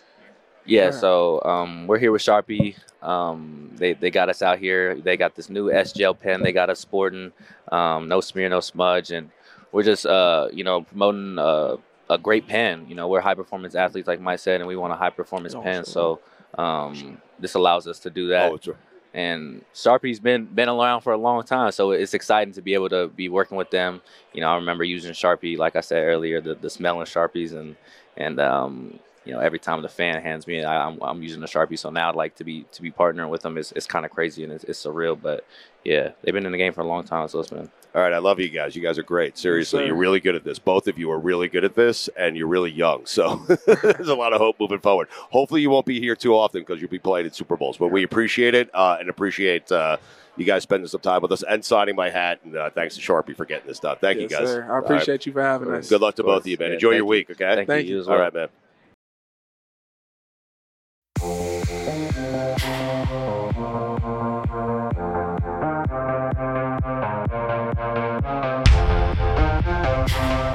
S7: Yeah,
S2: Sure.
S7: so um, we're here with Sharpie. Um, they, they got us out here. They got this new S gel pen. They got us sporting, um, no smear, no smudge, and we're just uh, you know promoting uh, a great pen. You know, we're high performance athletes, like Mike said, and we want a high performance pen. So um, this allows us to do
S2: Oh,
S7: that. and Sharpie's been been around for a long time, so it's exciting to be able to be working with them. You know, I remember using Sharpie, like I said earlier, the, the smelling Sharpies, and and um, you know, every time the fan hands me, I, I'm I'm using the Sharpie. So now, like to be to be partnering with them is it's kind of crazy and it's, it's surreal, but yeah, they've been in the game for a long time, so it's been
S2: All right, I love you guys. You guys are great. Seriously,
S7: sir.
S2: you're really good at this. Both of you are really good at this, and you're really young. So there's a lot of hope moving forward. Hopefully, you won't be here too often because you'll be playing at Super Bowls. But we appreciate it uh, and appreciate uh, you guys spending some time with us and signing my hat. And uh, thanks to Sharpie for getting this done. Thank
S8: Yes,
S2: you guys.
S8: sir. I
S2: All right.
S8: appreciate you for having us.
S2: Good luck to
S8: Of course.
S2: both of you, man.
S8: Yeah,
S2: Enjoy
S8: thank you.
S2: your week. Okay.
S8: Thank Thank you. you as
S2: All
S8: well.
S2: right, man.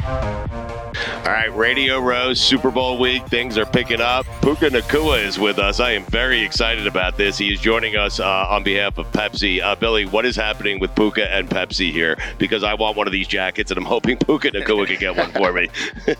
S2: All right, Radio Row Super Bowl week. Things are picking up. Puka Nakua is with us. I am very excited about this. He is joining us uh, on behalf of Pepsi. Uh, Billy, what is happening with Puka and Pepsi here? Because I want one of these jackets, and I'm hoping Puka Nakua can get one for me.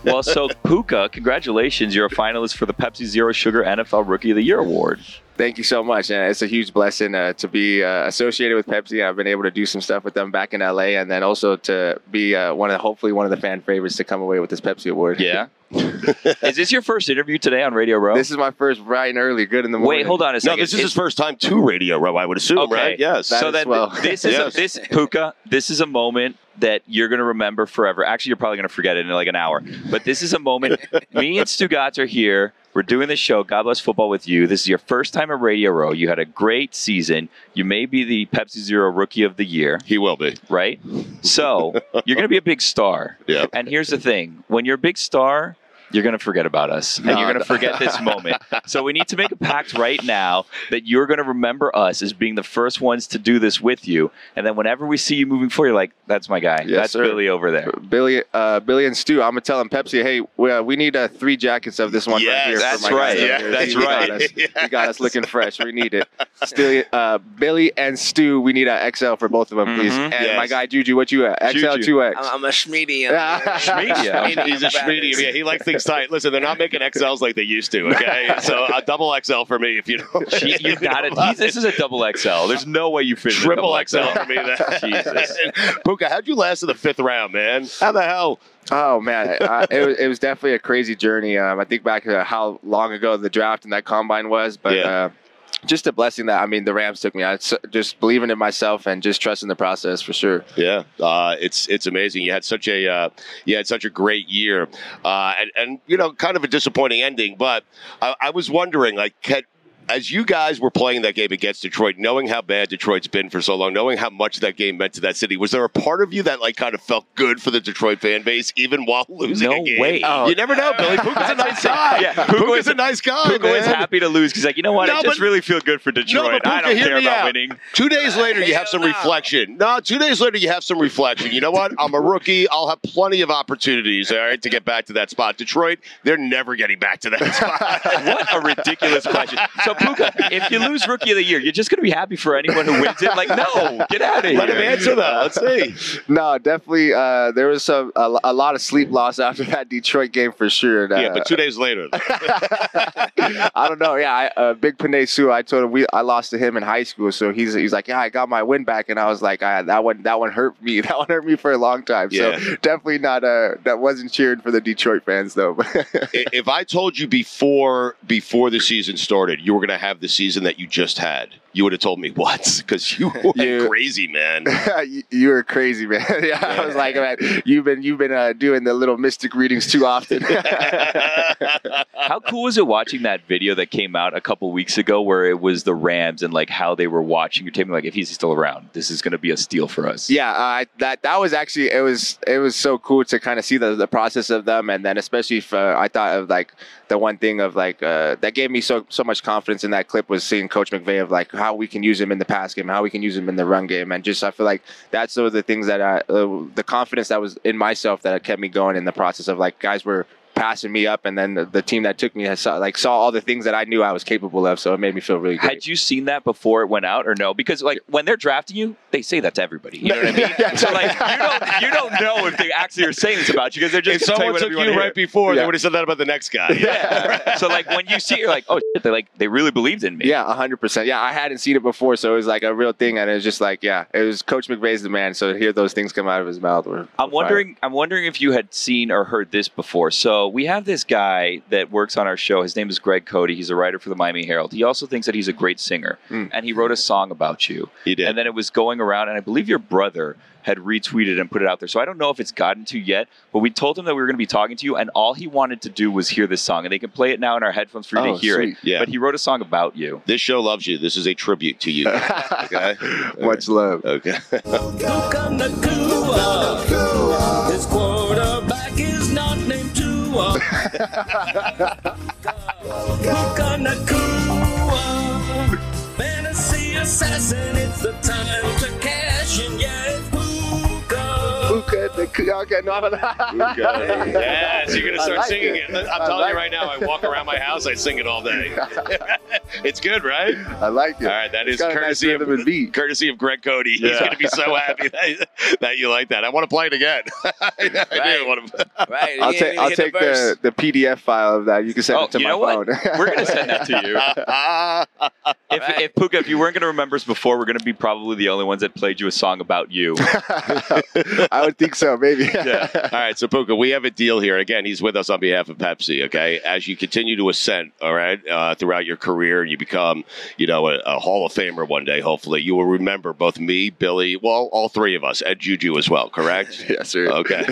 S3: well, so Puka, congratulations. You're a finalist for the Pepsi Zero Sugar NFL Rookie of the Year Award.
S10: Thank you so much. And it's a huge blessing uh, to be uh, associated with Pepsi. I've been able to do some stuff with them back in LA, and then also to be uh, one of hopefully one of the fan favorites to come away with this Pepsi award.
S3: Yeah. is this your first interview today on Radio Row?
S10: This is my first bright and early, good in the morning.
S3: Wait, hold on a second. Is-
S2: first time to Radio Row, I would assume,
S3: okay. So
S10: That
S3: then
S10: as well.
S3: th- this is a, this Puka, this is a moment that you're going to remember forever. Actually, you're probably going to forget it in like an hour. But this is a moment. me and Stu Gatz are here. We're doing the show. God bless football with you. This is your first time at Radio Row. You had a great season. You may be the Pepsi Zero Rookie of the Year.
S2: He will be.
S3: Right? So you're going to be a big star. Yeah. And here's the thing when you're a big star, you're going to forget about us and
S10: No,
S3: you're going to
S10: no.
S3: forget this moment. So we need to make a pact right now that you're going to remember us as being the first ones to do this with you. And then whenever we see you moving forward, you're like, that's my guy. that's
S10: Yes, sir.
S3: Billy over there.
S10: Billy, uh, Billy and Stu, I'm gonna tell them Pepsi. Hey, we, uh, we need uh, three jackets of this one
S3: Yes,
S10: right here.
S3: that's
S10: for my guy
S3: right.
S10: over
S3: Yeah,
S10: here.
S3: that's
S10: He
S3: right.
S10: Got us. He got us looking fresh. We need it. Still, uh, Billy and Stu, we need an XL for both of them, please.
S3: Mhm.
S10: And
S3: Yes.
S10: my guy Juju, what you at? XL, two X.
S11: I'm, I'm a schmedium.
S2: Schmedium. He's a schmedium. Yeah, he likes things tight. Listen, they're not making XLs like they used to. Okay, so a double XL for me, if you don't.
S3: Gee, You got it. He's- This is a double XL. There's no way you fit in a
S2: Triple
S3: double
S2: XL for me. That.
S3: Jesus.
S2: Puka, how'd you last in the fifth round, man? How the hell?
S10: Oh man, I, it, was, it was definitely a crazy journey. Um, I think back to how long ago the draft and that combine was, but uh, just a blessing that I mean the Rams took me. I s- just believing in myself and just trusting the process for sure.
S2: Yeah, uh, it's it's amazing. You had such a uh, you had such a great year, uh, and and you know, kind of a disappointing ending. But I, I was wondering, like, can, as you guys were playing that game against Detroit, knowing how bad Detroit's been for so long, knowing how much that game meant to that city, was there a part of you that like kind of felt good for the Detroit fan base, even while losing
S3: No
S2: a game?
S3: way.
S2: You never know, Billy. Puka's a nice guy.
S3: Yeah, Puka
S2: Puka's
S3: was-
S2: a nice guy.
S3: Puka
S2: man.
S3: was happy to lose. He's like, you know what?
S2: No,
S3: I just
S2: but-
S3: really feel good for Detroit.
S2: No, but
S3: I
S2: Puka,
S3: don't
S2: hear
S3: care
S2: me
S3: about
S2: out.
S3: winning.
S2: Two days later, you have some reflection. No, two days later, you have some reflection. You know what? I'm a rookie. I'll have plenty of opportunities, all right, to get back to that spot. Detroit, they're never getting back to that spot.
S3: what a ridiculous question. So Puka, if you lose Rookie of the Year, you're just going to be happy for anyone who wins it. Like, no, get out of here.
S2: Let him answer that. Let's see.
S10: no, definitely. Uh, there was some a, a lot of sleep loss after that Detroit game for sure. uh,
S2: yeah, but two days later.
S10: I don't know. Yeah, I, uh, Big Panay Sue. I told him we I lost to him in high school, so he's he's like, yeah, I got my win back, and I was like, ah, that one that one hurt me. That one hurt me for a long time.
S2: Yeah.
S10: So definitely not. Uh, that wasn't cheering for the Detroit fans though.
S2: I- if I told you before before the season started, you were going to have the season that you just had, you would have told me what? Because you went
S10: You-
S2: crazy, man.
S10: you, you were crazy, man. yeah, I was like, man, you've been you've been uh, doing the little mystic readings too often.
S3: How cool was it watching that video that came out a couple weeks ago where it was the Rams and like how they were watching your team? Like, if he's still around, this is going to be a steal for us.
S10: Yeah, uh, that that was actually it was it was so cool to kind of see the, the process of them, and then especially if, uh, I thought of like the one thing of like uh, that gave me so so much confidence in that clip was seeing Coach McVay of like how we can use him in the pass game, how we can use him in the run game, and just I feel like that's sort of the things that I, uh, the confidence that was in myself that kept me going in the process of like guys were passing me up, and then the, the team that took me has saw, like saw all the things that I knew I was capable of, so it made me feel really good.
S3: Had you seen that before it went out or no? Because like when they're drafting you, they say that to everybody. You know what I mean? so like you don't you don't know if they actually are saying this about you because they're
S2: If
S3: just gonna tell
S2: someone took
S3: you
S2: you,
S3: whatever you,
S2: right before, they would have
S3: said
S2: said that about the next guy.
S3: Yeah. so like when you see it, you're like, oh shit, they like they really believed in me.
S10: Yeah, hundred percent. Yeah, I hadn't seen it before, so it was like a real thing, and it was just like, yeah, it was Coach McVay's the man. So to hear those things come out of his mouth, were,
S3: I'm wondering. I'm wondering if you had seen or heard this before. So we have this guy that works on our show. His name is Greg Cody. He's a writer for the Miami Herald. He also thinks that he's a great singer,
S2: Mm.
S3: and he wrote a song about you.
S2: He did.
S3: And then it was going around, and I believe your brother had retweeted and put it out there. So I don't know if it's gotten to yet, but we told him that we were going to be talking to you, and all he wanted to do was hear this song, and they can play it now in our headphones for you
S2: Oh,
S3: to hear
S2: sweet.
S3: it.
S2: Yeah.
S3: But he wrote a song about you.
S2: This show loves you. This is a tribute to you. Okay.
S10: Much love.
S2: Okay.
S9: This quarterback is not named Tua. Puka Nakua. Fantasy assassin, it's the time to cash in. Yeah, it's
S10: Puka okay, no,
S2: yes, you're gonna start singing it. Look, I'm telling you right now. I walk around my house. I sing it all day. it's good, right?
S10: I like it.
S2: All right, that
S10: It's
S2: is
S10: got a nice
S2: courtesy
S10: rhythm and
S2: of courtesy of Greg Cody. He's
S10: Yeah.
S2: gonna be so happy that, that you like that. I want to play it again. I, do want to.
S12: Right.
S10: I'll take I'll take the, the PDF file of that. You can
S3: Oh,
S10: send it to my phone.
S3: We're gonna send that to you. if, if Puka, if you weren't gonna remember us before, we're gonna be probably the only ones that played you a song about you.
S10: I would think so, maybe.
S2: yeah. All right, so Puka, we have a deal here. Again, he's with us on behalf of Pepsi. Okay, as you continue to ascend, all right, uh, throughout your career, you become, you know, a, a Hall of Famer one day. Hopefully, you will remember both me, Billy, well, all three of us, and Juju as well. Correct?
S10: yes, sir.
S2: Okay.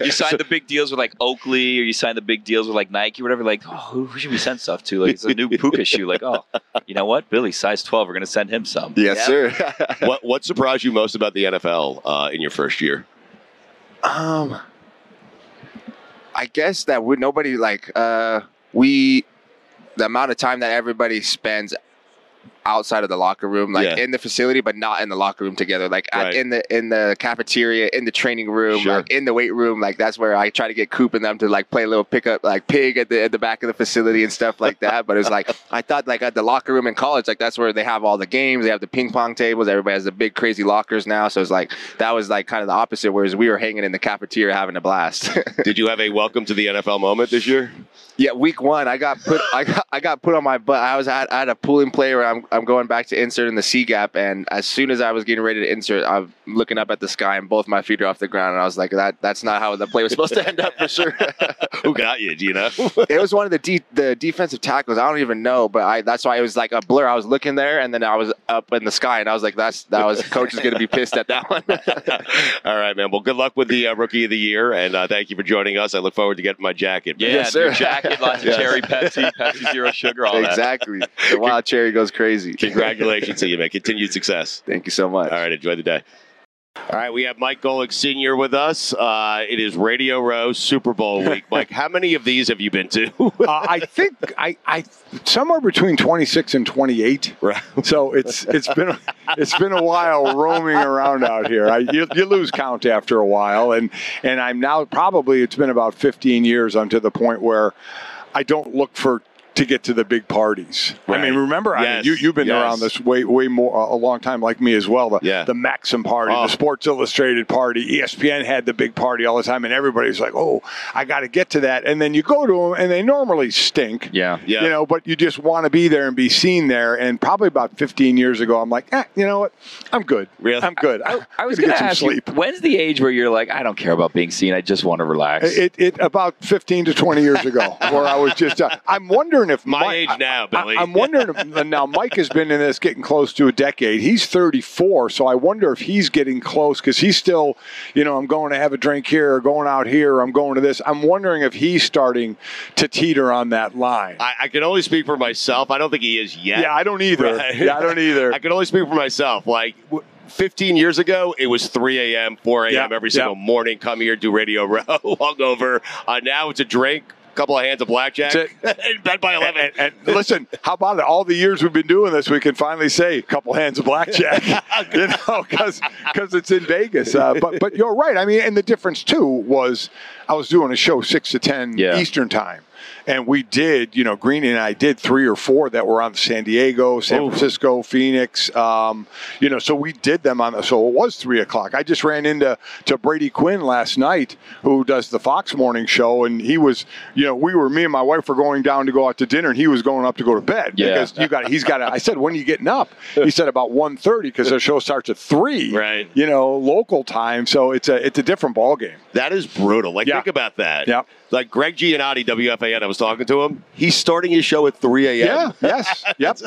S3: You signed the big deals with like Oakley, or you signed the big deals with like Nike, or whatever. Like, oh, who, who should we send stuff to? Like, it's a new Puka shoe. Like, oh, you know what, Billy, size twelve. We're gonna send him some.
S2: sir. what What surprised you most about the NFL uh, in your first year?
S10: Um, I guess that would nobody like uh we the amount of time that everybody spends outside of the locker room like
S2: Yeah.
S10: in the facility but not in the locker room together like at,
S2: Right.
S10: in the in the cafeteria in the training room
S2: Sure.
S10: like in the weight room like that's where i try to get coop and them to like play a little pickup like pig at the at the back of the facility and stuff like that but it's like i thought like at the locker room in college like that's where they have all the games they have the ping pong tables everybody has the big crazy lockers now so it's like that was like kind of the opposite whereas we were hanging in the cafeteria having a blast
S2: Did you have a welcome to the NFL moment this year?
S10: Yeah, week one, I got put. I got, I got put on my butt. I was at, at a pooling play where I'm, I'm going back to insert in the C gap, and as soon as I was getting ready to insert, I'm looking up at the sky, and both my feet are off the ground, and I was like, that that's not how the play was supposed to end up for sure.
S2: Who got you? Do you know?
S10: it was one of the de- the defensive tackles. I don't even know, but I that's why it was like a blur. I was looking there, and then I was up in the sky, and I was like, that's that was coach is gonna be pissed at that one.
S2: All right, man. Well, good luck with the uh, rookie of the year, and uh, thank you for joining us. I look forward to getting my jacket.
S3: Yeah,
S10: Yes, sir.
S3: new jacket, lots of
S10: Yes.
S3: cherry Pepsi, Pepsi Zero Sugar, all that.
S10: exactly. The wild cherry goes crazy.
S2: Congratulations to you, man. Continued success.
S10: Thank you so much.
S2: All right, enjoy the day. All right, we have Mike Golick Sr. with us. Uh, it is Radio Row Super Bowl week. Mike, how many of these have you been to?
S13: uh, I think I, I somewhere between 26 and 28.
S2: Right.
S13: So it's it's been it's been a while roaming around out here. I, you, you lose count after a while, and and I'm now probably it's been about 15 years. I'm to the point where I don't look for to get to the big parties. I mean,
S2: Right.
S13: remember, I mean,
S2: Yes.
S13: you you've been
S2: Yes.
S13: around this way way more a long time, like me as well. The
S2: Yeah. Oh.
S13: the Maxim party, the Sports Illustrated party, ESPN had the E big party all the time, and everybody's like, "Oh, I got to get to that." And then you go to them, and they normally stink.
S9: Yeah.
S2: Yeah.
S13: You know, but you just want to be there and be seen there. And probably about 15 years ago, I'm like, eh, you know what? I'm good. Really? I'm good. I,
S3: I was
S13: gonna
S3: going to
S13: get
S3: ask
S13: some sleep.
S3: you, when's the age where you're like, I don't care about being seen. I just want to relax.
S13: It, it about 15 to 20 years ago, where I was just. Uh, I'm wondering if
S2: My
S13: Mike-
S2: age now,
S13: I,
S2: Billy.
S13: am wondering if, now. Mike has been in this getting close to a decade. He's 34, so I wonder if he's getting close because he's still, you know, I'm going to have a drink here, or going out here, or I'm going to this. I'm wondering if he's starting to teeter on that line.
S2: I, I can only speak for myself. I don't think he is yet.
S13: Yeah, I don't either. Yeah, I don't either.
S2: I can only speak for myself. Like w- 15 years ago, it was 3 a.m., 4 a.m.
S13: Yeah,
S2: every single morning. Come here, do Radio Row, hungover. Uh, now it's a drink, couple of hands of blackjack,
S13: That's
S2: in bed by 11.
S13: And listen, how about it? All the years we've been doing this, we can finally say a couple hands of blackjack, you know, because it's in Vegas. Uh, but but you're right. I mean, and the difference too was I was doing a show six to ten Eastern time, and we did, you know, Greeny and I did three or four that were on San Diego, San
S2: Oh.
S13: Francisco, Phoenix. Um, you know, so we did them on. So it was three o'clock. I just ran into to Brady Quinn last night, who does the Fox Morning Show, and he was, you know, we were me and my wife were going down to go out to dinner, and he was going up to go to bed
S2: Yeah.
S13: because you got he's got. to I said, when are you getting up? He said about 1.30 because their show starts at three,
S2: Right.
S13: You know, local time, so it's a it's a different ball game.
S2: That is brutal. Like, think about that.
S13: Yeah.
S2: Like Greg Giannotti, WFAN, I was talking to him. He's starting his show at 3 a.m.
S13: Yeah. Yes. Yep.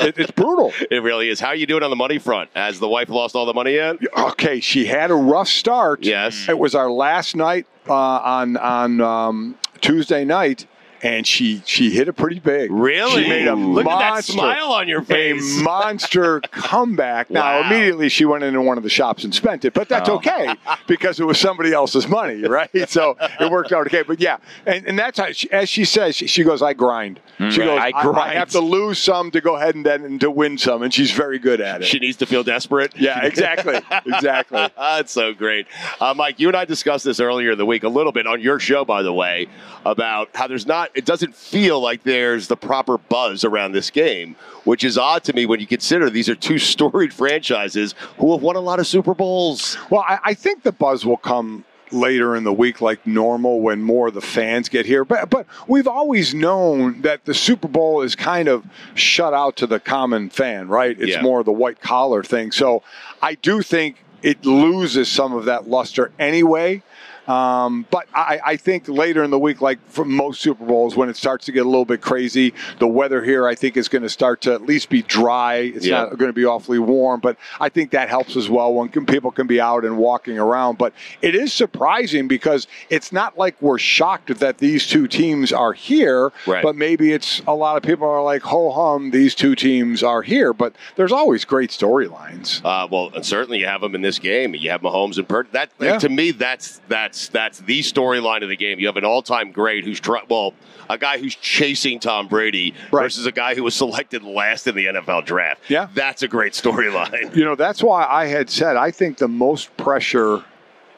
S13: It- it's brutal.
S2: It really is. How are you doing on the money front? Has the wife lost all the money yet?
S13: okay, she had a rough start.
S2: Yes.
S13: it was our last night uh, on on um, Tuesday night, and she she hit it pretty big.
S2: Really?
S13: she made a
S2: Look at that
S13: monster-
S2: smile on your face.
S13: a monster comeback. Now
S2: Wow.
S13: immediately she went into one of the shops and spent it, but that's
S2: Oh.
S13: okay because it was somebody else's money, right? So it worked out okay. But yeah, and, and that's how she, as she says, she, she goes, "I grind."
S2: Mm.
S13: She
S2: Right.
S13: goes,
S2: I
S13: I, I
S2: grind."
S13: have to lose some to go ahead and then and to win some, and she's very good at it.
S2: She needs to feel desperate.
S13: Yeah, exactly. Exactly.
S2: That's so great. Uh, Mike, you and I discussed this earlier in the week a little bit on your show, by the way, about how there's not, it doesn't feel like there's the proper buzz around this game, which is odd to me when you consider these are two storied franchises who have won a lot of Super Bowls.
S13: Well, I, I think the buzz will come later in the week like normal when more of the fans get here but but we've always known that the Super Bowl is kind of shut out to the common fan right it's
S2: Yeah.
S13: more of the white collar thing so I do think it loses some of that luster anyway um, but I, I think later in the week, like for most Super Bowls, when it starts to get a little bit crazy, the weather here I think is going to start to at least be dry. It's
S2: Yeah.
S13: not going to be awfully warm, but I think that helps as well when can, people can be out and walking around. But it is surprising because it's not like we're shocked that these two teams are here,
S2: Right.
S13: but maybe it's a lot of people are like, ho hum, these two teams are here. But there's always great storylines.
S2: Uh, well, and certainly you have them in this game. You have Mahomes and Purdy. That like,
S13: Yeah.
S2: to me, that's that's that's the storyline of the game. You have an all-time great who's try, well, a guy who's chasing Tom Brady versus a guy who was selected last in the NFL draft.
S13: Yeah.
S2: that's a great storyline.
S13: You know, that's why I had said I think the most pressure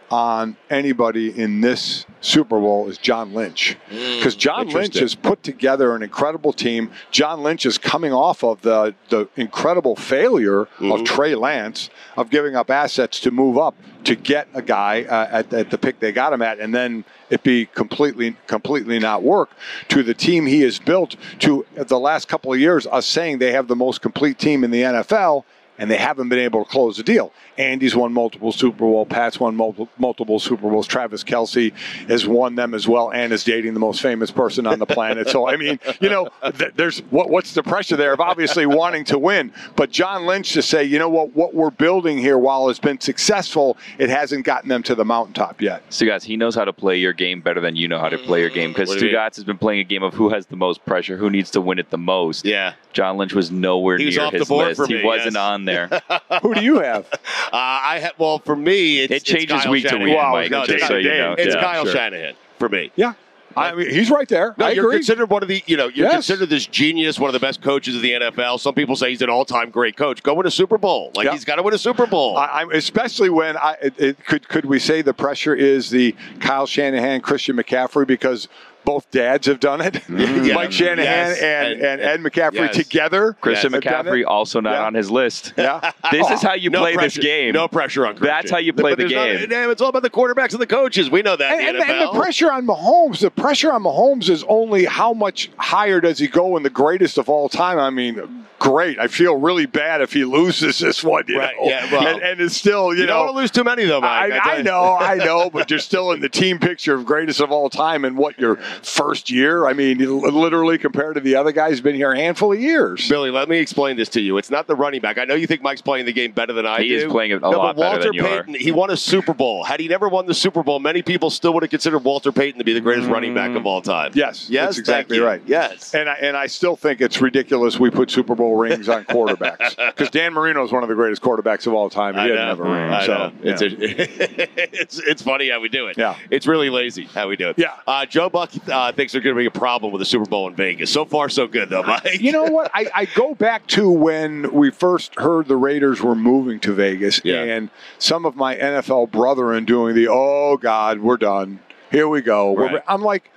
S13: on anybody in this Super Bowl is John Lynch. Because John Lynch
S2: Mm, interesting.
S13: has put together an incredible team. John Lynch is coming off of the, the incredible failure of Trey Lance of giving up assets to move up to get a guy uh, at, at the pick they got him at, and then it be completely completely not work to the team he has built to the last couple of years us saying they have the most complete team in the NFL and they haven't been able to close the deal. Andy's won multiple Super Bowl, Pat's won multiple, multiple Super Bowls. Travis Kelsey has won them as well, and is dating the most famous person on the planet. So I mean, you know, th- there's what, what's the pressure there of obviously wanting to win, but John Lynch to say, you know what, what we're building here, while it's been successful, it hasn't gotten them to the mountaintop yet.
S3: Stugatz, he knows how to play your game better than you know how to play your game because
S2: Mm. What do you mean?
S3: Stugatz has been playing a game of who has the most pressure, who needs to win it the most.
S2: Yeah.
S3: John Lynch was nowhere
S2: He was
S3: near
S2: off the
S3: his
S2: board
S3: list.
S2: for
S3: he
S2: me,
S3: wasn't
S2: yes.
S3: on there.
S13: Who do you have?
S2: Uh, I have. Well, for me, it's,
S3: It changes
S2: it's Kyle
S3: week to
S2: Shanahan.
S3: week, Mike,
S2: no,
S3: just
S2: it's,
S3: so you know.
S2: it's
S3: Yeah,
S2: Kyle
S3: sure.
S2: Shanahan for me.
S13: Yeah, I mean, he's right there.
S2: No,
S13: I
S2: you're
S13: agree.
S2: considered one of the, you know, you're
S13: Yes.
S2: considered this genius, one of the best coaches of the NFL. Some people say he's an all-time great coach. Go win a Super Bowl. Like
S13: Yeah.
S2: he's got to win a Super Bowl.
S13: I, I'm especially when I it, it, could could we say the pressure is the Kyle Shanahan, Christian McCaffrey because both dads have done it.
S2: Mhm.
S13: Mike
S2: Yeah.
S13: Shanahan
S2: Yes.
S13: and, and, Ed McCaffrey
S2: Yes.
S13: together.
S3: Christian
S13: have done
S3: McCaffrey
S13: it.
S3: also not
S13: Yeah.
S3: on his list.
S13: Yeah. Oh.
S3: This is how you
S2: No
S3: play
S2: pressure-
S3: this game.
S2: No pressure on Christian.
S3: That's how you play
S2: But
S3: the
S2: there's
S3: game.
S2: Not, damn, it's all about the quarterbacks and the coaches. We know that. in
S13: And,
S2: the
S13: and- and
S2: NFL.
S13: the pressure on Mahomes, the pressure on Mahomes is only how much higher does he go in the greatest of all time? I mean, great. I feel really bad if he loses this one. You
S2: Right,
S13: know?
S2: yeah, well,
S13: and, and it's still, you,
S2: you don't
S13: know,
S2: wanna lose too many, though, Mike, I
S13: I,
S2: tell
S13: I,
S2: you.
S13: know, I know, but you're still in the team picture of greatest of all time in what your first year. I mean, literally compared to the other guy who's been here a handful of years.
S2: Billy, let me explain this to you. It's not the running back. I know you think Mike's playing the game better than I
S3: He
S2: do.
S3: is playing it a
S2: no,
S3: lot
S2: but
S3: better
S2: Walter
S3: than you are.
S2: Payton, he won a Super Bowl. Had he never won the Super Bowl, many people still would have considered Walter Payton to be the greatest running back of all time.
S13: Mm. Yes,
S2: yes,
S13: that's
S2: thank
S13: exactly
S2: you.
S13: right.
S2: Yes,
S13: and I, and I still think it's ridiculous we put Super Bowl rings on quarterbacks because Dan Marino is one of the greatest quarterbacks of all time. He
S2: I
S13: didn't
S2: know.
S13: have a ring,
S2: I
S13: so
S2: know.
S13: yeah.
S2: It's, a- it's it's funny how we do it.
S13: Yeah.
S2: it's really lazy how we do it.
S13: Yeah.
S2: Uh, Joe Buck uh, thinks they're going to be a problem with the Super Bowl in Vegas. So far, so good though, Mike.
S13: you know what? I, I go back to when we first heard the Raiders were moving to Vegas, and some of my NFL brethren doing the "Oh God, we're done. Here we go." We're-
S2: Right.
S13: I'm like,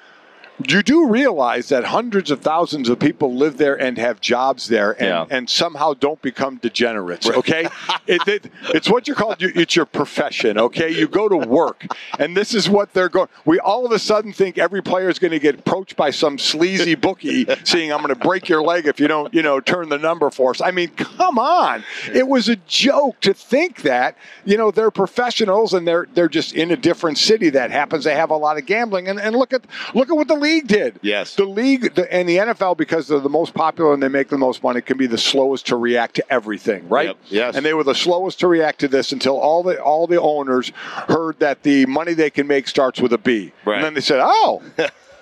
S13: you do realize that hundreds of thousands of people live there and have jobs there, and,
S2: Yeah.
S13: and somehow don't become degenerates. Okay, it, it- it's what you're called. you- It's your profession. Okay, you go to work, and this is what they're going. We all of a sudden think every player is going to get approached by some sleazy bookie, saying, "I'm going to break your leg if you don't, you know, turn the number for us." I mean, come on, it was a joke to think that. You know, they're professionals, and they're they're just in a different city that happens to have a lot of gambling. And, and look at look at what the league did.
S2: Yes.
S13: The league the, and the NFL, because they're the most popular and they make the most money, can be the slowest to react to everything, right?
S2: Yep. Yes.
S13: And they were the slowest to react to this until all the all the owners heard that the money they can make starts with a B.
S2: Right.
S13: And then they said, "Oh,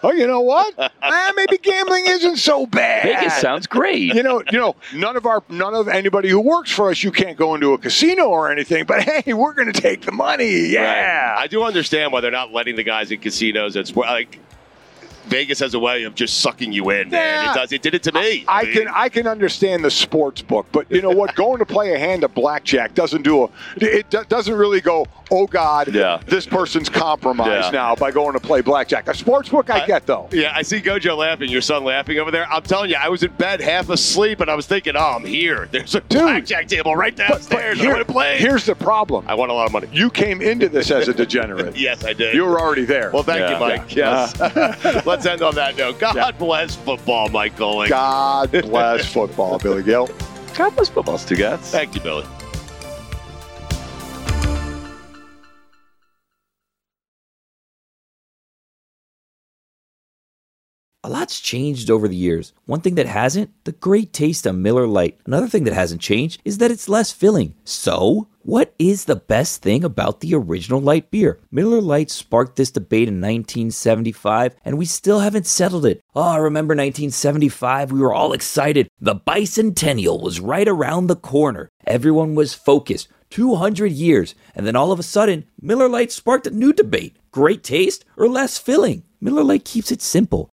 S13: oh, you know what? ah, maybe gambling isn't so bad."
S3: Vegas sounds great.
S13: You know, you know, none of our none of anybody who works for us, you can't go into a casino or anything. But hey, we're going to take the money. Oh, Yeah.
S2: Right. I do understand why they're not letting the guys in casinos. It's like Vegas has a way of just sucking you in, man.
S13: Yeah.
S2: It does. It did it to me.
S13: I
S2: mean,
S13: can I can understand the sports book, but you know what? Going to play a hand of blackjack doesn't do a it do- doesn't really go. Oh God,
S2: Yeah.
S13: this person's compromised
S2: Yeah.
S13: now by going to play blackjack. A sports book, I, get though.
S2: Yeah, I see Gojo laughing. Your son laughing over there. I'm telling you, I was in bed half asleep, and I was thinking, "Oh, I'm here. There's a blackjack table right downstairs. I'm
S13: Here-
S2: gonna play."
S13: here's the problem.
S2: I want a lot of money.
S13: You came into this as a degenerate.
S2: Yes, I did.
S13: You were already there.
S2: Well, thank
S13: Yeah.
S2: you, Mike.
S13: Yeah.
S2: Yes. Let's end on that note. God bless football, Mike Golick.
S13: God bless football, Billy Gill.
S3: God bless football, Stu Gatz.
S2: Thank you, Billy.
S14: A lot's changed over the years. One thing that hasn't, the great taste of Miller Lite. Another thing that hasn't changed is that it's less filling. So, what is the best thing about the original light beer? Miller Lite sparked this debate in 1975, and we still haven't settled it. Oh, I remember 1975, we were all excited. The bicentennial was right around the corner. Everyone was focused. 200 years, and then all of a sudden, Miller Lite sparked a new debate great taste or less filling. Miller Lite keeps it simple.